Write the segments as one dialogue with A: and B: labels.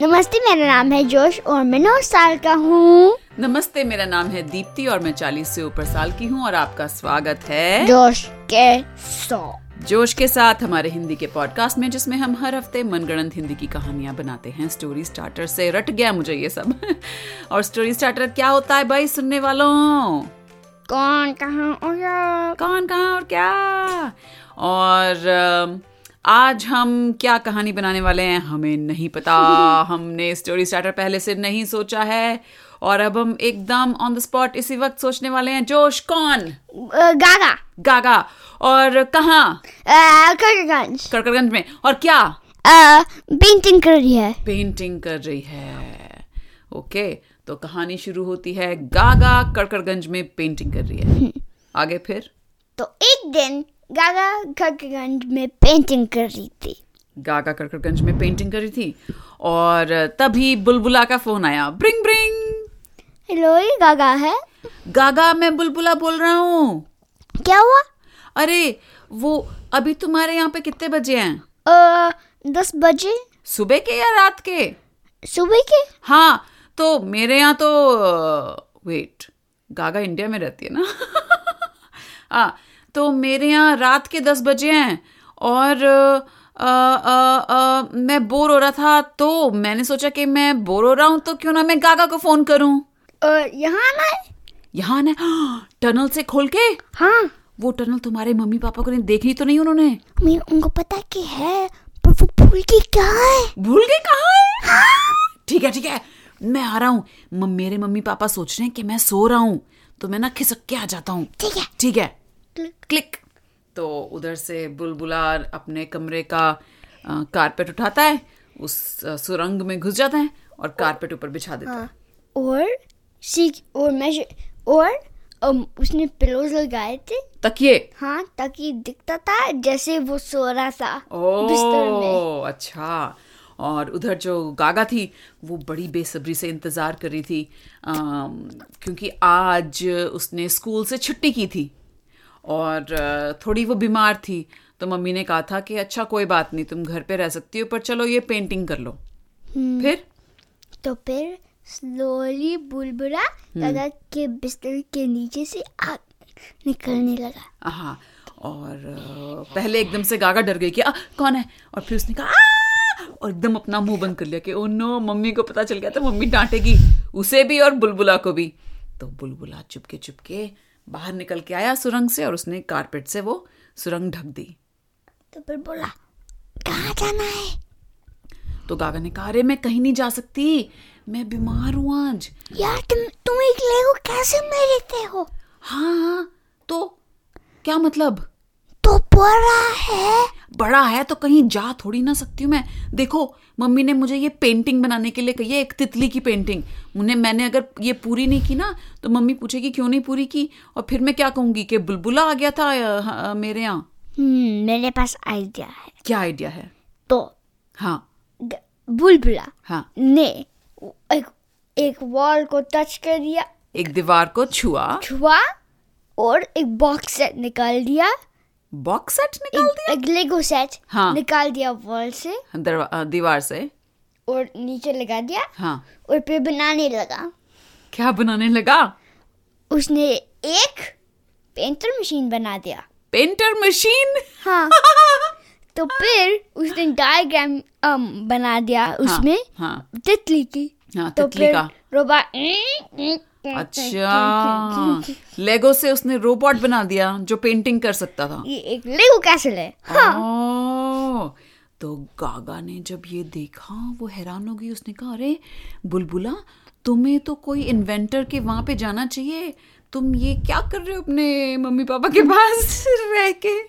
A: नमस्ते मेरा नाम है जोश और मैं नौ साल का हूँ
B: नमस्ते मेरा नाम है दीप्ति और मैं 40 से ऊपर साल की हूँ और आपका स्वागत है
A: जोश के सौ
B: जोश के साथ हमारे हिंदी के पॉडकास्ट में जिसमें हम हर हफ्ते मनगढ़ंत हिंदी की कहानियां बनाते हैं स्टोरी स्टार्टर से रट गया मुझे ये सब और स्टोरी स्टार्टर क्या होता है भाई सुनने वालों
A: कौन कहाँ और आप?
B: कौन कहाँ और क्या और अम, आज हम क्या कहानी बनाने वाले हैं हमें नहीं पता हमने स्टोरी स्टार्टर पहले से नहीं सोचा है और अब हम एकदम ऑन द स्पॉट इसी वक्त सोचने वाले हैं जोश कौन
A: अ, गागा
B: गागा और कहाँ
A: अ, कटगंज
B: कड़कड़गंज में और क्या
A: पेंटिंग कर रही है
B: पेंटिंग कर रही है ओके तो कहानी शुरू होती है गागा कड़कड़गंज में पेंटिंग कर रही है आगे फिर
A: तो एक दिन गागा कटगंज में पेंटिंग कर रही थी
B: गागा कड़कड़गंज में पेंटिंग कर रही थी और तभी बुलबुला का फोन आया ब्रिंग ब्रिंग
A: हेलो ये गागा है
B: गागा मैं बुलबुला बोल रहा हूँ
A: क्या हुआ
B: अरे वो अभी तुम्हारे यहाँ पे कितने बजे हैं
A: अ, दस बजे
B: सुबह के या रात के
A: सुबह के
B: हाँ तो मेरे यहाँ तो वेट गागा इंडिया में रहती है ना हाँ तो मेरे यहाँ रात के दस बजे हैं और अ, अ, अ, मैं बोर हो रहा था तो मैंने सोचा कि मैं बोर हो रहा हूँ तो क्यों ना मैं गागा को फ़ोन करूँ
A: और यहाँ आना है
B: यहाँ ना टनल से खोल के
A: हाँ
B: वो टनल तुम्हारे मम्मी पापा को नहीं देखी तो नहीं उन्होंने
A: मैं उनको पता कि है पर वो भूल के कहाँ है
B: भूल गए कहा है ठीक है ठीक है मैं आ रहा हूँ म- मेरे मम्मी पापा सोच रहे हैं कि मैं सो रहा हूँ तो मैं ना खिसक के आ जाता हूँ
A: ठीक है।
B: ठीक है
A: क्लिक।
B: क्लिक तो उधर से बुलबुला अपने कमरे का कारपेट उठाता है उस अ, सुरंग में घुस जाता है और कारपेट ऊपर बिछा देता
A: Uh,
B: है
A: और सीख और मैं और अम, um, उसने पिलोज लगाए थे
B: तकिए
A: हाँ ताकि दिखता था जैसे वो सो रहा था बिस्तर में
B: ओ अच्छा और उधर जो गागा थी वो बड़ी बेसब्री से इंतज़ार कर रही थी अम, क्योंकि आज उसने स्कूल से छुट्टी की थी और अ, थोड़ी वो बीमार थी तो मम्मी ने कहा था कि अच्छा कोई बात नहीं तुम घर पे रह सकती हो पर चलो ये पेंटिंग कर लो
A: हम्म।
B: फिर
A: तो फिर स्लोली बुलबुला दादा के बिस्तर के नीचे से आग निकलने लगा
B: हाँ और अ, पहले एकदम से गागा डर गई कि आ, कौन है और फिर उसने कहा "आ!" और एकदम अपना मुंह बंद कर लिया कि ओ नो मम्मी को पता चल गया तो मम्मी डांटेगी उसे भी और बुलबुला को भी तो बुलबुला चुपके चुपके बाहर निकल के आया सुरंग से और उसने कारपेट से वो सुरंग ढक दी
A: तो फिर बोला कहाँ जाना है
B: तो गागा ने कहा अरे मैं कहीं नहीं जा सकती मैं बीमार हूँ आज
A: यार तुम तुम अकेले हो कैसे मैं रहते हो
B: हाँ हाँ तो क्या मतलब
A: तो बुरा है
B: बड़ा है तो कहीं जा थोड़ी ना सकती हूँ मैं देखो मम्मी ने मुझे ये पेंटिंग बनाने के लिए कही है एक तितली की पेंटिंग उन्हें मैंने अगर ये पूरी नहीं की ना तो मम्मी पूछेगी क्यों नहीं पूरी की और फिर मैं क्या कहूँगी कि बुलबुला आ गया था अ, ह, अ, मेरे यहाँ
A: हम्म, मेरे पास आइडिया है
B: क्या आइडिया है
A: तो
B: हाँ
A: ग- बुलबुला
B: हाँ
A: ने एक एक वॉल को टच कर दिया
B: एक दीवार को छुआ
A: छुआ और एक बॉक्स सेट निकाल दिया
B: बॉक्स सेट निकाल
A: एक, एक लेगो सेट
B: हाँ।
A: निकाल दिया वॉल से
B: दरवा- अ, दीवार से
A: और नीचे लगा दिया
B: हाँ
A: और फिर बनाने लगा
B: क्या बनाने लगा
A: उसने एक पेंटर मशीन बना दिया
B: पेंटर मशीन
A: हाँ तो फिर उसने डायग्राम बना दिया उसमें
B: हाँ
A: तितली की
B: हाँ,
A: तो
B: तितली
A: फिर
B: का।
A: रोबोट
B: अच्छा लेगो से उसने रोबोट बना दिया जो पेंटिंग कर सकता था
A: ये एक लेगो कैसल है हाँ।
B: हाँ। तो गागा ने जब ये देखा वो हैरान हो गई उसने कहा अरे बुलबुला तुम्हें तो कोई इन्वेंटर के वहां पे जाना चाहिए तुम ये क्या कर रहे हो अपने मम्मी पापा के पास रह के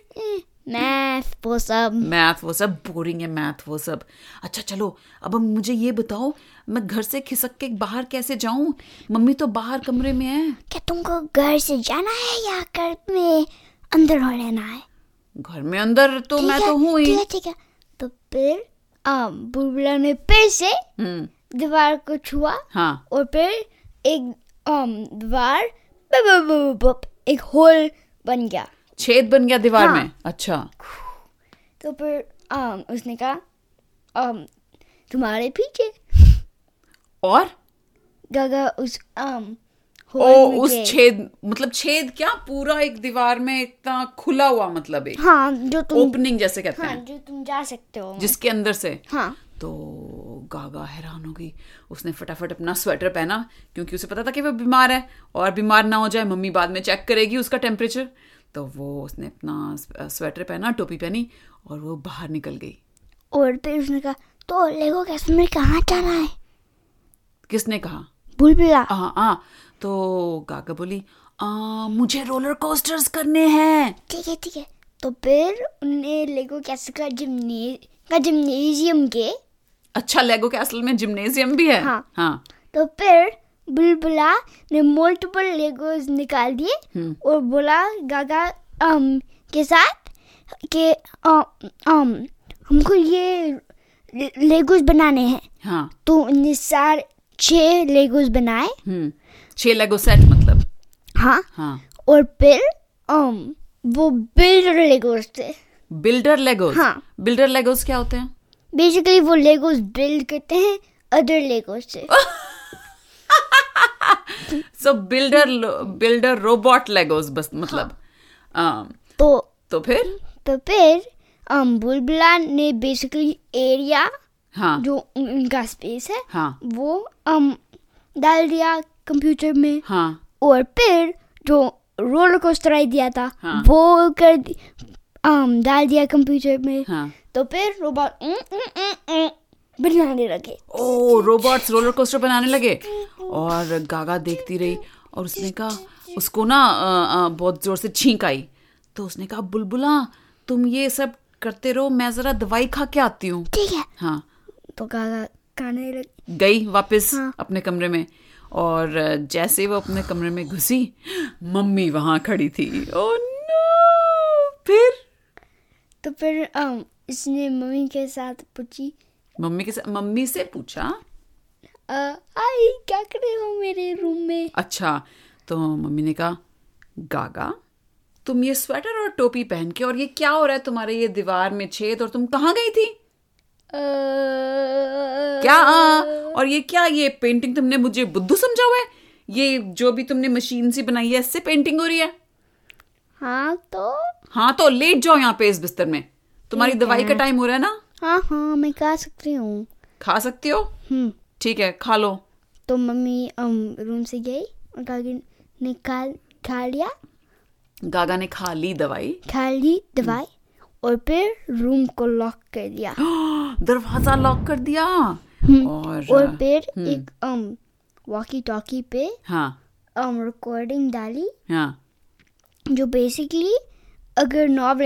A: मैथ वो सब
B: मैथ वो सब बोरिंग है मैथ वो सब अच्छा चलो अब हम मुझे ये बताओ मैं घर से खिसक के बाहर कैसे जाऊं मम्मी तो बाहर कमरे में है
A: क्या तुमको घर से जाना है या घर में अंदर हो रहना है
B: घर में अंदर तो मैं
A: ठीक है,
B: तो हूं ही
A: ठीक है ठीक है तो फिर आ, बुलबुला ने फिर से
B: हम्म,
A: दीवार को छुआ
B: हाँ
A: और फिर एक अम, दीवार बप, बप, बप, बप, एक होल बन गया
B: छेद बन गया दीवार
A: हाँ।
B: में अच्छा
A: तो फिर अम, उसने कहा अम, तुम्हारे पीछे
B: और
A: गागा उस आम
B: ओ उस छेद मतलब छेद क्या पूरा एक दीवार में इतना खुला हुआ मतलब एक
A: हाँ जो तुम
B: ओपनिंग जैसे कहते
A: हाँ
B: हैं
A: जो तुम जा सकते हो
B: जिसके अंदर से
A: हाँ
B: तो गागा हैरान हो गई उसने फटाफट अपना स्वेटर पहना क्योंकि उसे पता था कि वह बीमार है और बीमार ना हो जाए मम्मी बाद में चेक करेगी उसका टेम्परेचर तो वो उसने अपना स्व- स्वेटर पहना टोपी पहनी और वो बाहर निकल गई
A: और फिर उसने कहा तो लेगो कश्मीर कहाँ जाना है
B: किसने कहा
A: बुलबुला
B: हाँ हाँ तो गागा बोली आ, मुझे रोलर कोस्टर्स करने हैं
A: ठीक है ठीक है तो फिर उन्हें लेगो कैसे का जिमने का जिम्नेजियम के
B: अच्छा लेगो कैसल में जिम्नेजियम भी है
A: हाँ।
B: हाँ
A: तो फिर बुलबुला ने मल्टीपल लेगोज निकाल दिए और बोला गागा अम के साथ कि अम अम, हमको ये ले- लेगोज बनाने हैं
B: हाँ
A: तो उन्हें सार छः लेगोज बनाए
B: हम्म छह लेगो सेट मतलब
A: हाँ
B: हाँ
A: और फिर अम वो बिल्डर लेगोज थे
B: बिल्डर लेगोस
A: हाँ।
B: बिल्डर लेगोस क्या होते हैं
A: बेसिकली वो लेगोज बिल्ड करते हैं अदर लेगोज से
B: so builder builder robot Legos बस मतलब अम,
A: तो
B: तो फिर
A: तो फिर अम बुलबुला ने बेसिकली एरिया
B: हाँ
A: जो उन- उनका स्पेस है
B: हाँ
A: वो अम डाल दिया कंप्यूटर में
B: हाँ
A: और फिर जो रोलर कोस्टर आइडिया था
B: हाँ।
A: वो कर दि- अम डाल दिया कंप्यूटर में
B: हाँ
A: तो फिर रोबोट उं, उं, उं, उं, बनाने लगे
B: ओ रोबोट्स रोलर कोस्टर बनाने लगे और गागा देखती रही और उसने कहा उसको ना अ, अ, बहुत जोर से छींक आई तो उसने कहा बुलबुला तुम ये सब करते रहो मैं जरा दवाई खा के आती हूँ
A: ठीक है
B: हाँ
A: तो गागा खाने लगे
B: गई वापस
A: हाँ।
B: अपने कमरे में और जैसे वो अपने कमरे में घुसी मम्मी वहां खड़ी थी ओ नो फिर
A: तो फिर अम इसने मम्मी के साथ पूछी
B: मम्मी के साथ मम्मी से पूछा
A: "अ, आई क्या कर रहे हो मेरे रूम में
B: अच्छा तो मम्मी ने कहा गागा तुम ये स्वेटर और टोपी पहन के और ये क्या हो रहा है तुम्हारे ये दीवार में छेद और तुम कहाँ गई थी
A: क्या
B: क्या हाँ? और ये क्या ये पेंटिंग तुमने मुझे बुद्धू समझा हुआ है ये जो भी तुमने मशीन से बनाई है इससे पेंटिंग हो रही है
A: हाँ तो
B: हाँ तो लेट जाओ यहाँ पे इस बिस्तर में तुम्हारी दवाई का टाइम हो रहा है ना
A: हाँ हाँ मैं खा सकती हूँ
B: खा सकती हो
A: हम्म
B: ठीक है खा लो
A: तो मम्मी अम रूम से गई और गागी ने खा खा लिया
B: गागा ने खा ली दवाई
A: खा ली दवाई
B: हम्म।
A: और फिर रूम को लॉक कर दिया हम्म,
B: दरवाजा लॉक कर दिया
A: और
B: और
A: फिर एक अम वॉकी टॉकी पे
B: हाँ
A: अम रिकॉर्डिंग डाली
B: हाँ
A: जो बेसिकली अगर नॉब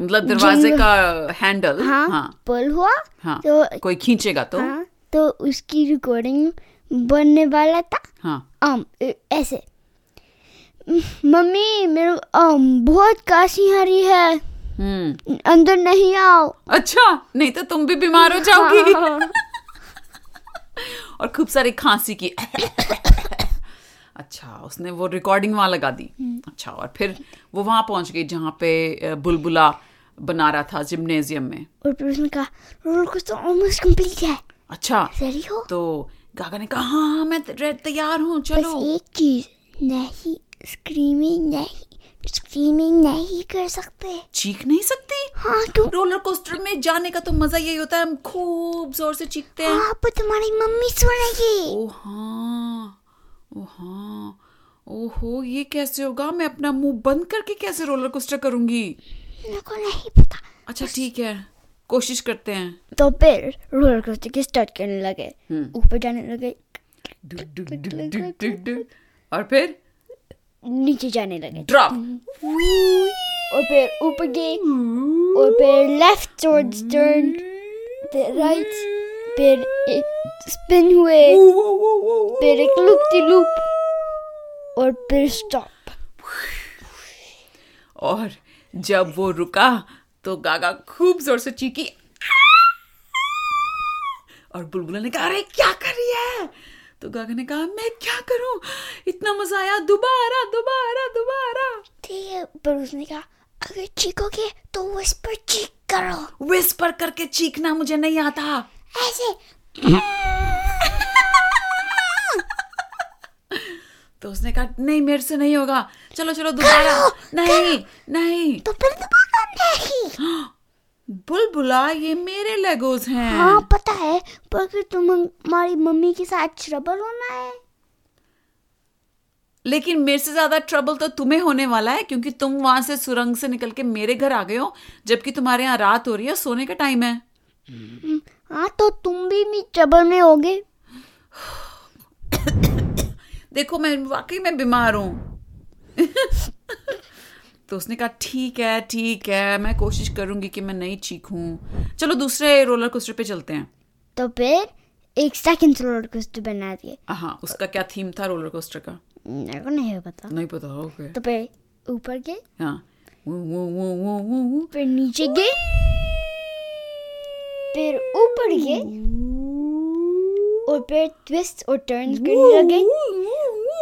B: मतलब दरवाजे
A: जिंग-
B: का हैंडल
A: हाँ,
B: हाँ
A: पल हुआ
B: हाँ
A: तो
B: कोई खींचेगा तो
A: हाँ तो उसकी रिकॉर्डिंग बनने वाला था
B: हाँ
A: अम ए- ऐसे मम्मी मेरे अम बहुत काशी आ रही है
B: हम्म
A: अंदर नहीं आओ
B: अच्छा नहीं तो तुम भी बीमार हो जाओगी
A: हाँ,
B: और खूब सारी खांसी की अच्छा उसने वो रिकॉर्डिंग वहां लगा दी
A: हम्म।
B: अच्छा और फिर वो वहां पहुंच गई जहाँ पे अ, बुलबुला बना रहा था जिम्नेजियम में
A: और फिर उसने कहा रोल तो ऑलमोस्ट कंप्लीट है
B: अच्छा
A: रेडी हो
B: तो गागा ने कहा हाँ हाँ मैं ते- तैयार हूँ
A: बस
B: चलो
A: एक चीज नहीं स्क्रीमिंग नहीं स्क्रीमिंग नहीं कर सकते
B: चीख नहीं सकती
A: हाँ तुम
B: रोलर कोस्टर में जाने का तो मजा यही होता है हम खूब जोर से चीखते हैं
A: हाँ पर तुम्हारी मम्मी सुनेगी
B: ओ हाँ ओ हाँ ओहो ये कैसे होगा मैं अपना मुंह बंद करके कैसे रोलर कोस्टर करूंगी
A: मेरे को नहीं पता
B: अच्छा ठीक है कोशिश करते हैं
A: तो फिर रोलर कोस्टर के स्टार्ट करने लगे ऊपर जाने लगे
B: डुक, डुक, डुक, डुक, डुक, डुक। और फिर
A: नीचे जाने लगे
B: ड्रॉप
A: और फिर ऊपर गए और फिर लेफ्ट टुवर्ड्स टर्न फिर राइट फिर एक स्पिन हुए फिर एक लूप दी लूप और फिर स्टॉप
B: और जब वो रुका तो गागा खूब जोर से चीखी और बुलबुला ने कहा अरे क्या कर रही है तो गागा ने कहा मैं क्या करूं इतना मजा आया दोबारा दोबारा दोबारा
A: ठीक है पर उसने कहा अगर चीखोगे तो विस्पर चीख करो
B: विस्पर करके चीखना मुझे नहीं आता
A: ऐसे
B: तो उसने कहा नहीं मेरे से नहीं होगा चलो चलो दोबारा नहीं नहीं
A: तो फिर दोबारा नहीं
B: बुलबुला ये मेरे लेगोज हैं
A: हाँ पता है पर फिर तुम हमारी मम्मी के साथ श्रबल होना है
B: लेकिन मेरे से ज्यादा ट्रबल तो तुम्हें होने वाला है क्योंकि तुम वहां से सुरंग से निकल के मेरे घर आ गए हो जबकि तुम्हारे यहाँ रात हो रही है सोने का टाइम है
A: हम्म, हाँ तो तुम भी मी ट्रबल में होगे
B: देखो मैं वाकई में बीमार हूँ तो उसने कहा ठीक है ठीक है मैं कोशिश करूंगी कि मैं नहीं चीखूं चलो दूसरे रोलर कोस्टर पे चलते हैं
A: तो फिर एक सेकंड रोलर कोस्टर बना दिए
B: हाँ उसका क्या थीम था रोलर कोस्टर का
A: मेरे को नहीं पता
B: नहीं पता ओके
A: तो फिर ऊपर गए
B: हाँ वो वो वो वो वो वो
A: फिर नीचे गए फिर ऊपर गए और फिर ट्विस्ट और टर्न करने लगे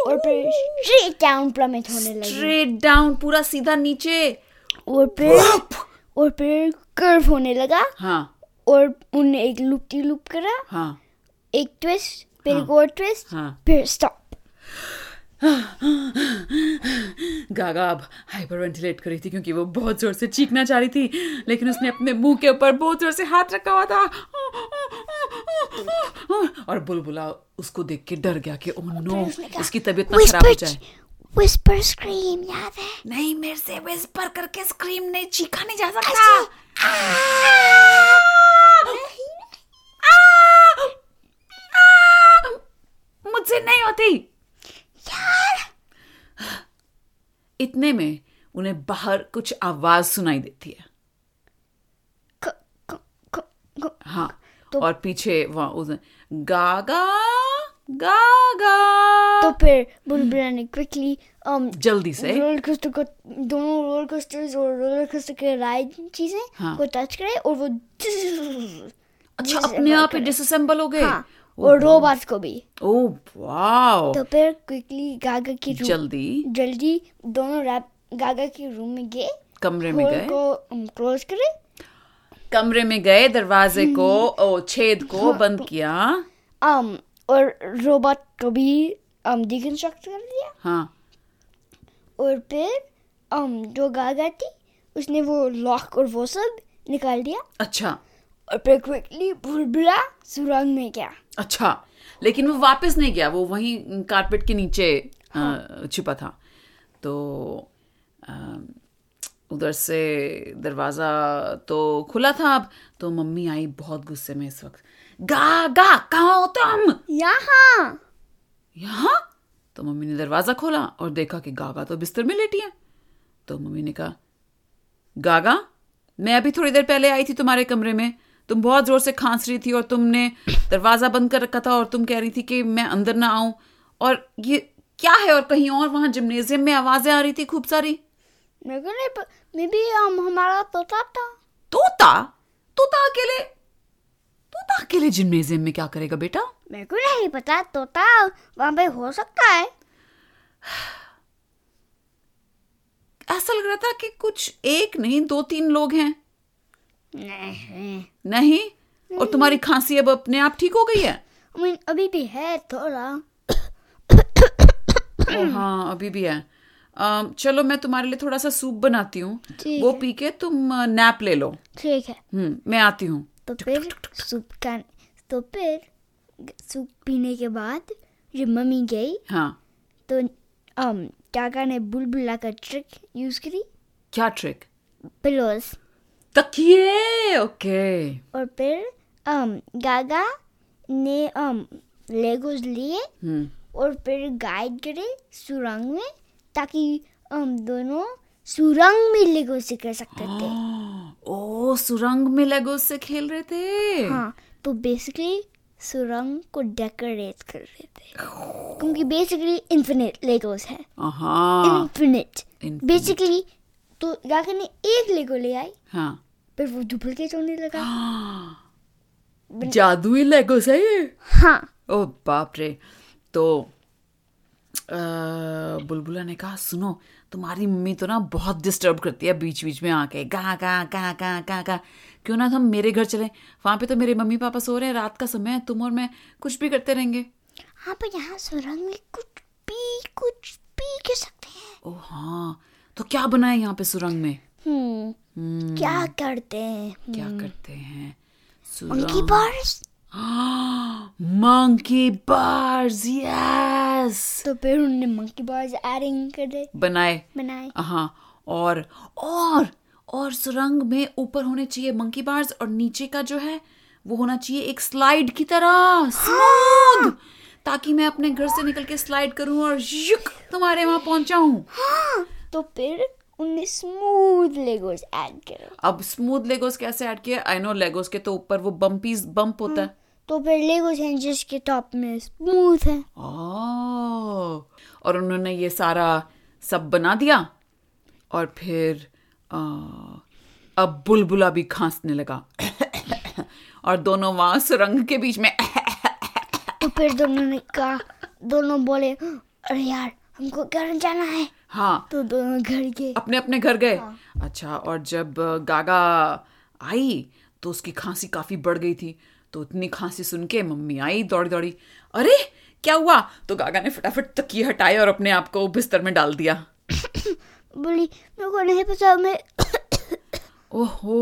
A: और फिर स्ट्रेट डाउन प्लमेट होने लगे
B: स्ट्रेट डाउन पूरा सीधा नीचे
A: और फिर और फिर कर्व होने लगा
B: हाँ
A: और उन्हें एक लूप टी लूप करा
B: हाँ
A: एक ट्विस्ट फिर एक और ट्विस्ट
B: हाँ
A: फिर स्टॉप
B: गागा अब हाइपर वेंटिलेट कर रही थी क्योंकि वो बहुत जोर से चीखना चाह रही थी लेकिन उसने अपने मुंह के ऊपर बहुत जोर से हाथ रखा हुआ था और बुलबुला उसको देख के डर गया कि ओह नो इसकी तबीयत ना अच्छा, खराब हो जाए
A: विस्पर स्क्रीम याद है
B: नहीं मेरे से विस्पर करके स्क्रीम नहीं चीखा नहीं जा सकता
A: अच्छा।
B: मुझसे नहीं होती इतने में उन्हें बाहर कुछ आवाज सुनाई देती है
A: क- क- क- क-
B: हाँ
A: तो-
B: और पीछे वहाँ उस गागा गागा
A: तो फिर बुलबुला ने क्विकली um,
B: जल्दी से
A: रोलर कोस्टर को दोनों रोलर कोस्टर्स और रोलर कोस्टर के राइड चीजें
B: हाँ।
A: को टच करे और वो
B: अच्छा
A: disassemble
B: अपने आप ही
A: करे।
B: डिसअसेंबल हो गए
A: हाँ, और रोबोट को भी
B: ओ वाओ
A: तो फिर क्विकली गागा की रूम
B: जल्दी
A: जल्दी दोनों रैप गागा के रूम में गए
B: कमरे में
A: होल
B: गए
A: को क्लोज करे
B: कमरे में गए दरवाजे को ओ छेद को बंद किया
A: um, और रोबोट को भी um, डिकन्स्ट्रक्ट कर दिया
B: हाँ
A: और फिर um, जो गागा थी उसने वो लॉक और वो सब निकाल दिया
B: अच्छा
A: और फिर क्विकली बुलबुला सुरंग में गया
B: अच्छा लेकिन वो वापस नहीं गया वो वहीं कारपेट के नीचे अ, छिपा था तो अ, उधर से दरवाज़ा तो खुला था अब तो मम्मी आई बहुत गुस्से में इस वक्त गा गा कहाँ हो तुम
A: यहाँ
B: यहाँ तो मम्मी ने दरवाज़ा खोला और देखा कि गागा तो बिस्तर में लेटी है तो मम्मी ने कहा गागा मैं अभी थोड़ी देर पहले आई थी तुम्हारे कमरे में तुम बहुत जोर से खांस रही थी और तुमने दरवाज़ा बंद कर रखा था और तुम कह रही थी कि मैं अंदर ना आऊं और ये क्या है और कहीं और वहाँ जिमनेजियम में आवाज़ें आ रही थी खूब सारी
A: मेरे को नहीं मे बी हमारा तोता था
B: तोता तोता अकेले तोता अकेले जिमनेजियम में क्या करेगा बेटा
A: मेरे को नहीं पता तोता वहाँ पे हो सकता है
B: ऐसा लग रहा था कि कुछ एक नहीं दो तीन लोग हैं
A: नहीं
B: नहीं और
A: Hmm.
B: तुम्हारी खांसी अब अपने आप ठीक हो गई है
A: I mean, अभी भी है थोड़ा Hmm.
B: ओ हाँ अभी भी है अम, चलो मैं तुम्हारे लिए थोड़ा सा सूप बनाती हूँ
A: ठीक
B: वो
A: है।
B: पी के तुम अ, नैप ले लो
A: ठीक है
B: हम्म मैं आती हूँ
A: तो फिर सूप का तो फिर सूप पीने के बाद जब मम्मी गई
B: हाँ
A: तो um, काका ने बुलबुला का ट्रिक यूज करी
B: क्या ट्रिक
A: पिलोस
B: तकिए ओके
A: और फिर um, गागा ने um, लेगोज लिए
B: हम्म
A: और फिर गाइड करे सुरंग में ताकि um, दोनों सुरंग में लेगो से कर सकते थे
B: ओ सुरंग में लेगो से खेल रहे थे
A: हाँ तो बेसिकली सुरंग को डेकोरेट कर रहे थे क्योंकि बेसिकली इन्फिनिट लेगोस है Hmm.
B: हाँ
A: इन्फिनिट
B: Infinite.
A: बेसिकली तो गाकर ने एक लेगो ले आई
B: हाँ
A: फिर वो डुप्लीकेट होने लगा
B: जादुई लेगो है ये
A: हाँ
B: ओ बाप रे तो अ, बुलबुला ने कहा सुनो तुम्हारी मम्मी तो ना बहुत डिस्टर्ब करती है बीच बीच में आके गा गा गा गा गा गा क्यों ना हम मेरे घर चले वहां पे तो मेरे मम्मी पापा सो रहे हैं रात का समय है तुम और मैं कुछ भी करते रहेंगे
A: हाँ पर यहाँ सुरंग में कुछ भी भी कुछ भी कर सकते हैं
B: ओ हाँ तो क्या बनाए यहाँ पे सुरंग में
A: हम्म
B: हम्म,
A: क्या करते हैं
B: क्या करते हैं
A: उनकी
B: सुरंग
A: बारिश
B: मंकी बार्स यस
A: तो फिर उन्होंने मंकी बार्स एडिंग कर दे
B: बनाए
A: बनाए
B: हाँ और और और सुरंग में ऊपर होने चाहिए मंकी बार्स और नीचे का जो है वो होना चाहिए एक स्लाइड की तरह स्मूथ ताकि मैं अपने घर से निकल के स्लाइड करूं और युक तुम्हारे वहां पहुंचाऊं
A: तो फिर उन्हें स्मूथ लेगोज ऐड करो
B: अब स्मूथ लेगोस कैसे ऐड किया आई नो लेगोस के तो ऊपर वो बम्पीज बम्प होता है
A: तो फिर लेगोज हैं जिसके टॉप में स्मूथ है
B: ओह, और उन्होंने ये सारा सब बना दिया और फिर आ, अब बुलबुला भी खांसने लगा और दोनों वहां सुरंग के बीच में
A: तो फिर दोनों ने कहा दोनों बोले अरे यार हमको घर जाना है
B: हाँ
A: तो दोनों घर गए
B: अपने अपने घर गए अच्छा और जब गागा आई तो उसकी खांसी काफी बढ़ गई थी तो इतनी खांसी सुन के मम्मी आई दौड़ी दौड़ी अरे क्या हुआ तो गागा ने फटाफट तकिए हटाए और अपने आप को बिस्तर में डाल दिया
A: बोली मेरे को नहीं पता मैं
B: ओहो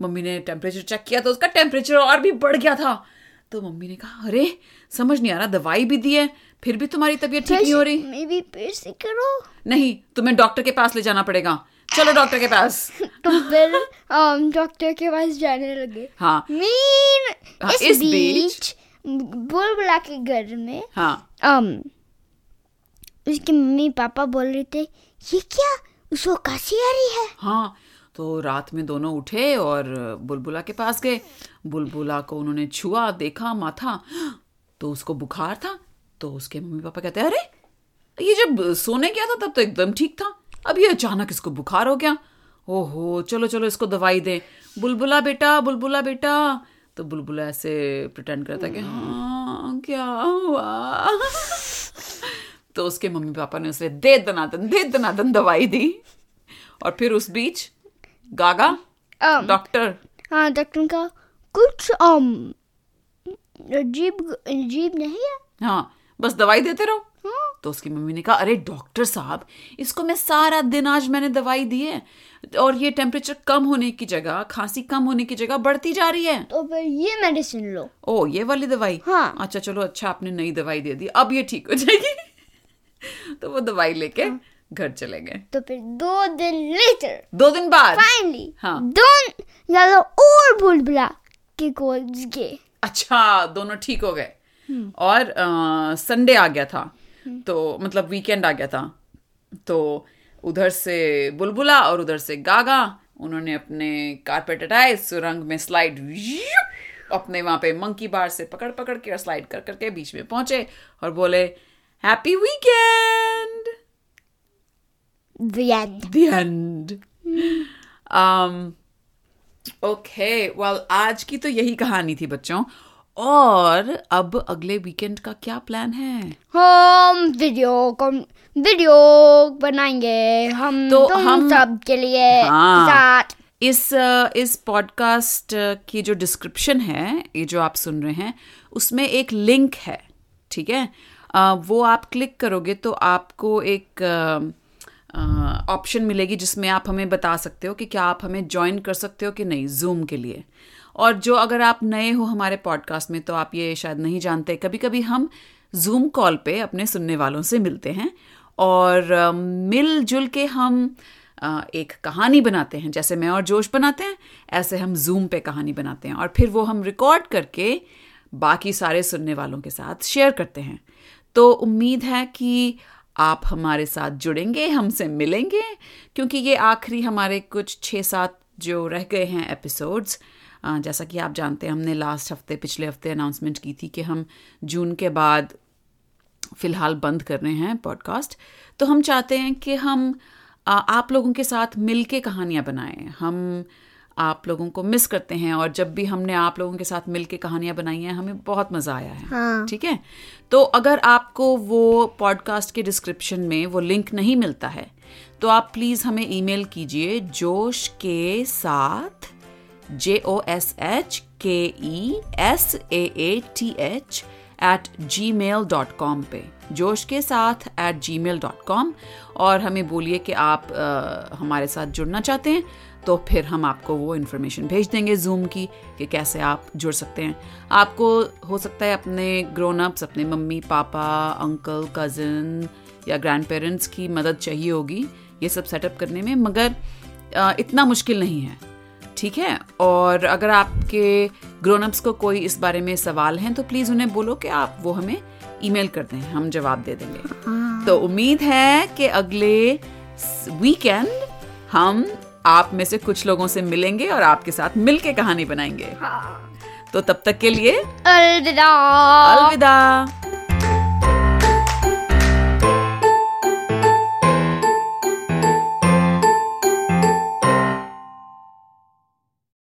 B: मम्मी ने टेम्परेचर चेक किया तो उसका टेम्परेचर और भी बढ़ गया था तो मम्मी ने कहा अरे समझ नहीं आ रहा दवाई भी दी है फिर भी तुम्हारी तबीयत ठीक नहीं हो रही
A: मे भी फिर से करो
B: नहीं तुम्हें डॉक्टर के पास ले जाना पड़ेगा चलो डॉक्टर के पास
A: तो फिर um, डॉक्टर के पास जाने लगे
B: हाँ
A: मीन
B: हाँ,
A: Ah, इस,
B: इस बीच-
A: बीच बुलबुला के घर में
B: हाँ
A: um, उसके मम्मी पापा बोल रहे थे ये क्या उसको काशी आ रही है
B: हाँ तो रात में दोनों उठे और बुलबुला के पास गए बुलबुला को उन्होंने छुआ देखा माथा तो उसको बुखार था तो उसके मम्मी पापा कहते अरे ये जब सोने गया था तब तो एकदम ठीक था अब ये अचानक इसको बुखार हो गया ओहो चलो चलो इसको दवाई दें बुलबुला बेटा बुलबुला बेटा तो बुलबुला ऐसे प्रिटेंड करता कि हाँ क्या हुआ तो उसके मम्मी पापा ने उसे दे दनादन दे दनादन दवाई दी और फिर उस बीच गागा
A: um,
B: डॉक्टर
A: हाँ डॉक्टर का कुछ um, अजीब अजीब नहीं है
B: हाँ बस दवाई देते रहो
A: हाँ।
B: तो उसकी मम्मी ने कहा अरे डॉक्टर साहब इसको मैं सारा दिन आज मैंने दवाई दी है और ये टेम्परेचर कम होने की जगह खांसी कम होने की जगह बढ़ती जा रही है
A: तो फिर ये मेडिसिन लो
B: ओ ये वाली दवाई
A: हाँ।
B: अच्छा चलो अच्छा आपने नई दवाई दे दी अब ये ठीक हो जाएगी तो वो दवाई लेके घर चले गए
A: तो फिर दो दिन लेटर
B: दो दिन बाद
A: फाइनली
B: हाँ।
A: दोन ज्यादा और बुलबुला के कोल्स गए
B: अच्छा दोनों ठीक हो गए और अ, संडे आ गया था तो मतलब वीकेंड आ गया था तो उधर से बुलबुला और उधर से गागा उन्होंने अपने कारपेट हटाए सुरंग में स्लाइड अपने वहां पे मंकी बार से पकड़ पकड़ के और स्लाइड कर करके बीच में पहुंचे और बोले happy weekend
A: The end.
B: the end. Um, okay, well, आज की तो यही कहानी थी बच्चों और अब अगले वीकेंड का क्या प्लान है
A: हम वीडियो को वीडियो बनाएंगे हम
B: तो
A: तो तुम
B: हम-
A: सब के लिए
B: हाँ।
A: साथ
B: इस अ, इस पॉडकास्ट की जो डिस्क्रिप्शन है ये जो आप सुन रहे हैं उसमें एक लिंक है ठीक है अ, वो आप क्लिक करोगे तो आपको एक ऑप्शन मिलेगी जिसमें आप हमें बता सकते हो कि क्या आप हमें ज्वाइन कर सकते हो कि नहीं जूम के लिए और जो अगर आप नए हो हमारे पॉडकास्ट में तो आप ये शायद नहीं जानते कभी कभी हम जूम कॉल पे अपने सुनने वालों से मिलते हैं और अ, मिलजुल के हम अ, एक कहानी बनाते हैं जैसे मैं और जोश बनाते हैं ऐसे हम जूम पे कहानी बनाते हैं और फिर वो हम रिकॉर्ड करके बाकी सारे सुनने वालों के साथ शेयर करते हैं तो उम्मीद है कि आप हमारे साथ जुड़ेंगे हमसे मिलेंगे क्योंकि ये आखिरी हमारे कुछ छः सात जो रह गए हैं एपिसोड्स जैसा कि आप जानते हैं हमने लास्ट हफ्ते पिछले हफ्ते अनाउंसमेंट की थी कि हम जून के बाद फिलहाल बंद कर रहे हैं पॉडकास्ट तो हम चाहते हैं कि हम आ, आप लोगों के साथ मिलके कहानियाँ बनाएं हम आप लोगों को मिस करते हैं और जब भी हमने आप लोगों के साथ मिलके कहानियाँ बनाई हैं हमें बहुत मज़ा आया है
A: हाँ।
B: ठीक है तो अगर आपको वो पॉडकास्ट के डिस्क्रिप्शन में वो लिंक नहीं मिलता है तो आप प्लीज़ हमें ईमेल कीजिए जोश के साथ J O S H K E E S A A T H at Gmail dot com पे जोश के साथ at Gmail dot com और हमें बोलिए कि आप अ, हमारे साथ जुड़ना चाहते हैं तो फिर हम आपको वो इन्फॉर्मेशन भेज देंगे जूम की कि कैसे आप जुड़ सकते हैं आपको हो सकता है अपने ग्रोन अप्स अपने मम्मी पापा अंकल कज़न या ग्रैंड पेरेंट्स की मदद चाहिए होगी ये सब सेटअप करने में मगर अ, इतना मुश्किल नहीं है ठीक है और अगर आपके ग्रोनअप्स को कोई इस बारे में सवाल हैं तो प्लीज़ उन्हें बोलो कि आप वो हमें ईमेल कर दें हम जवाब दे देंगे तो उम्मीद है कि अगले वीकेंड हम आप में से कुछ लोगों से मिलेंगे और आपके साथ मिलके
A: हाँ।
B: कहानी बनाएंगे तो तब तक के लिए
A: अलविदा
B: अलविदा